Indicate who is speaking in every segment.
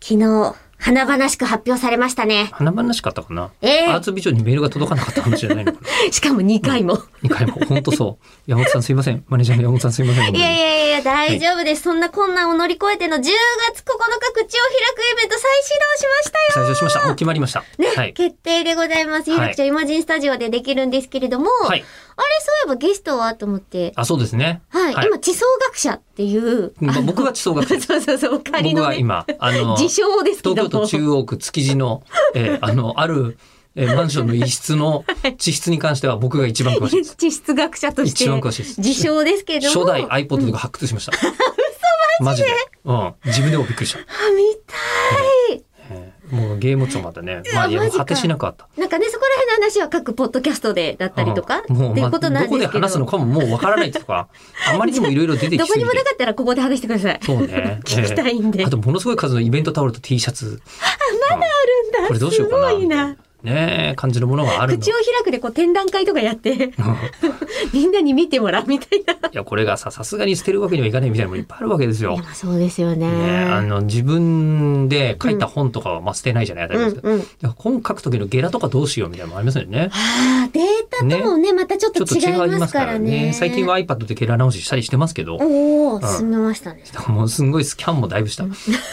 Speaker 1: 昨日、華々しく発表されましたね。
Speaker 2: 花々しかったかな、
Speaker 1: ええ
Speaker 2: アーツビジョンにメールが届かなかったかもしれない のかな
Speaker 1: しかも2回も。
Speaker 2: 2回も本当そう山本さんすいませんマネージャーの山本さんすいません
Speaker 1: いやいやいや、大丈夫です、そんな困難を乗り越えての10月9日口を開くイベント再始動しましたよ。
Speaker 2: 最初しましたもう決まりました、
Speaker 1: ね、
Speaker 2: はい
Speaker 1: 決定でございます。有楽町イマジンスタジオでできるんですけれども、
Speaker 2: はい
Speaker 1: あれ、そういえばゲストはと思って、
Speaker 2: あそうですね
Speaker 1: はい、
Speaker 2: はい
Speaker 1: 今、地層学者っていう、
Speaker 2: ま
Speaker 1: あ
Speaker 2: あ
Speaker 1: の
Speaker 2: 僕は地層学者
Speaker 1: そうそうそう、仮
Speaker 2: 僕
Speaker 1: の、
Speaker 2: は
Speaker 1: ね、
Speaker 2: 今 あの
Speaker 1: 自称ですけど
Speaker 2: 東京
Speaker 1: も
Speaker 2: 都中央区築地の、 えーあの、ある、えーマンションの一室の地質に関しては僕が一番詳しいです。
Speaker 1: 地質学者として
Speaker 2: 一番詳しいです
Speaker 1: 自称ですけれども
Speaker 2: 初代 iPod とか発掘し ました。嘘マジでうん。自分でもびっくりした。
Speaker 1: あ見たい
Speaker 2: えーもうゲームツまだね。
Speaker 1: うわ
Speaker 2: まあ、いや、
Speaker 1: マ
Speaker 2: もう
Speaker 1: ジか
Speaker 2: 果てしなかった。
Speaker 1: なんかねそこら辺の話は各ポッドキャストでだったりとか、
Speaker 2: うんもう、
Speaker 1: ってい
Speaker 2: ま
Speaker 1: う
Speaker 2: あ、
Speaker 1: ことな
Speaker 2: ど
Speaker 1: んで
Speaker 2: こです
Speaker 1: けど
Speaker 2: 話すのかももうわからないとか、あまりにもいろいろ出て
Speaker 1: ど
Speaker 2: き
Speaker 1: こ
Speaker 2: す
Speaker 1: に
Speaker 2: ぎ
Speaker 1: もな
Speaker 2: て。
Speaker 1: かったらここで話してください。
Speaker 2: そうね
Speaker 1: 聞きたいんで、
Speaker 2: えーあと、ものすごい数のイベントタオルと T シャツ。
Speaker 1: あ
Speaker 2: まだ
Speaker 1: るんだ
Speaker 2: これどうしようかな。
Speaker 1: すごいな
Speaker 2: ねえ、感じのものがあるの
Speaker 1: 口を。開くでこう展覧会とかやってみんなに見てもらうみたいない
Speaker 2: いや、これがさ、さすがに捨てるわけにはいかないみたいなのもいっぱいあるわけですよ
Speaker 1: や。まあそうですよね
Speaker 2: ね、あの自分で書いた本とかはまあ捨てないじゃない、大
Speaker 1: う
Speaker 2: 丈夫
Speaker 1: ん
Speaker 2: ですけど
Speaker 1: うん
Speaker 2: だから本書く時のゲラとかどうしようみたいなのもありますよね。
Speaker 1: あーデータともねまたちょっ
Speaker 2: ち
Speaker 1: と
Speaker 2: ょっと
Speaker 1: 違い
Speaker 2: 違い
Speaker 1: ま
Speaker 2: ますす
Speaker 1: か
Speaker 2: からら
Speaker 1: ね
Speaker 2: ね。最近は iPad でゲラ直ししたりしてますけど、
Speaker 1: おお、
Speaker 2: ん
Speaker 1: 進めましたね
Speaker 2: もうすんごいスキャンもだいぶした。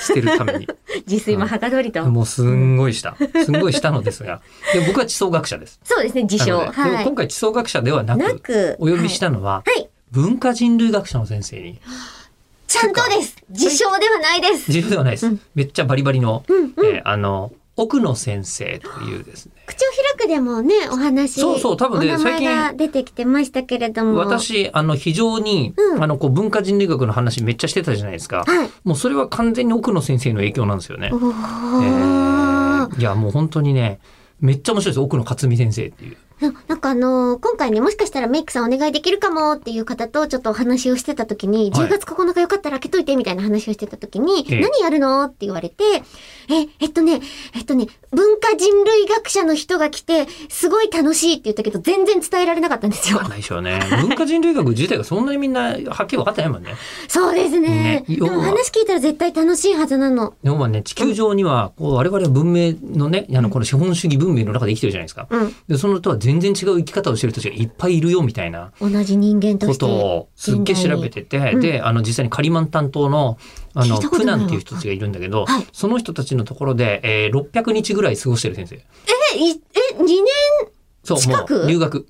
Speaker 2: 捨てるた めに。
Speaker 1: 自炊もはかどりと、
Speaker 2: もうすんごいした。すんごいしたのですが。で僕は地層学者です。
Speaker 1: そうですね自称
Speaker 2: なのでで
Speaker 1: は
Speaker 2: も
Speaker 1: い
Speaker 2: 今回地層学者ではな
Speaker 1: な
Speaker 2: く、
Speaker 1: く
Speaker 2: お呼びし
Speaker 1: は
Speaker 2: たのは、
Speaker 1: い、はい
Speaker 2: 文化人類学者の先生に、
Speaker 1: ちゃんとです自称ではないです
Speaker 2: 自由ではないです。
Speaker 1: うん
Speaker 2: めっちゃバリバリの、
Speaker 1: うんうん
Speaker 2: えーあの、奥野先生というですね、
Speaker 1: 口を開くでもねお話
Speaker 2: そうそう多分ね
Speaker 1: お名前が
Speaker 2: 最
Speaker 1: 出てきてましたけれども
Speaker 2: 私あの非常に、
Speaker 1: うん
Speaker 2: あのこう文化人類学の話めっちゃしてたじゃないですか、
Speaker 1: はい
Speaker 2: もうそれは完全に奥野先生の影響なんですよね
Speaker 1: お、
Speaker 2: え
Speaker 1: ー
Speaker 2: ーいやもう本当にねめっちゃ面白いです奥野克美先生っていう
Speaker 1: ななんかあのー今回ね、もしかしたらメイクさんお願いできるかもっていう方とちょっとお話をしてた時に、
Speaker 2: はい
Speaker 1: 10月9日よかったら開けといてみたいな話をしてた時に、
Speaker 2: ええ
Speaker 1: 何やるのって言われて、え、えっとね、えっとね、文化人類学者の人が来て、すごい楽しいって言ったけど、全然伝えられなかったんですよ
Speaker 2: わか。んないでしょうね文化人類学自体がそんなにみんなはっきり分かってないもんね
Speaker 1: そうですね。
Speaker 2: ね
Speaker 1: でも
Speaker 2: 要は
Speaker 1: 話聞いたら絶対楽しいはずなの。
Speaker 2: でもまあね地球上にはこう我々は文明のねあのこの資本主義文明の中で生きてるじゃないですか
Speaker 1: うん。
Speaker 2: でそのとは全然違う生き方をしてる人たちがいっぱいいるよみたいな
Speaker 1: 同じ人間と
Speaker 2: こ
Speaker 1: して。
Speaker 2: とをすっげえ調べてて、
Speaker 1: うん
Speaker 2: であの実際にカリマン担当のあ
Speaker 1: 聞
Speaker 2: の
Speaker 1: いたこと
Speaker 2: プ
Speaker 1: ないわ
Speaker 2: ナンっていう人たちがいるんだけど、
Speaker 1: はい
Speaker 2: その人たちのところで、えー600日ぐらい過ごしてる先生
Speaker 1: え、いえ、2年
Speaker 2: そう
Speaker 1: 近
Speaker 2: も
Speaker 1: く
Speaker 2: う留学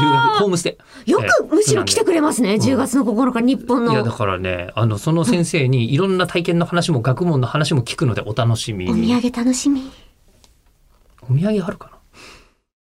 Speaker 2: 留学ホームステ
Speaker 1: よ
Speaker 2: え
Speaker 1: く
Speaker 2: え
Speaker 1: むしろ来てくれますね。
Speaker 2: ん
Speaker 1: 10月の9日、日本
Speaker 2: イいやだ
Speaker 1: の。
Speaker 2: からねあのその先生にいろんな体験の話も学問の話も聞くのでお楽しみ
Speaker 1: お土
Speaker 2: に
Speaker 1: 産楽しみ。
Speaker 2: お土産あるか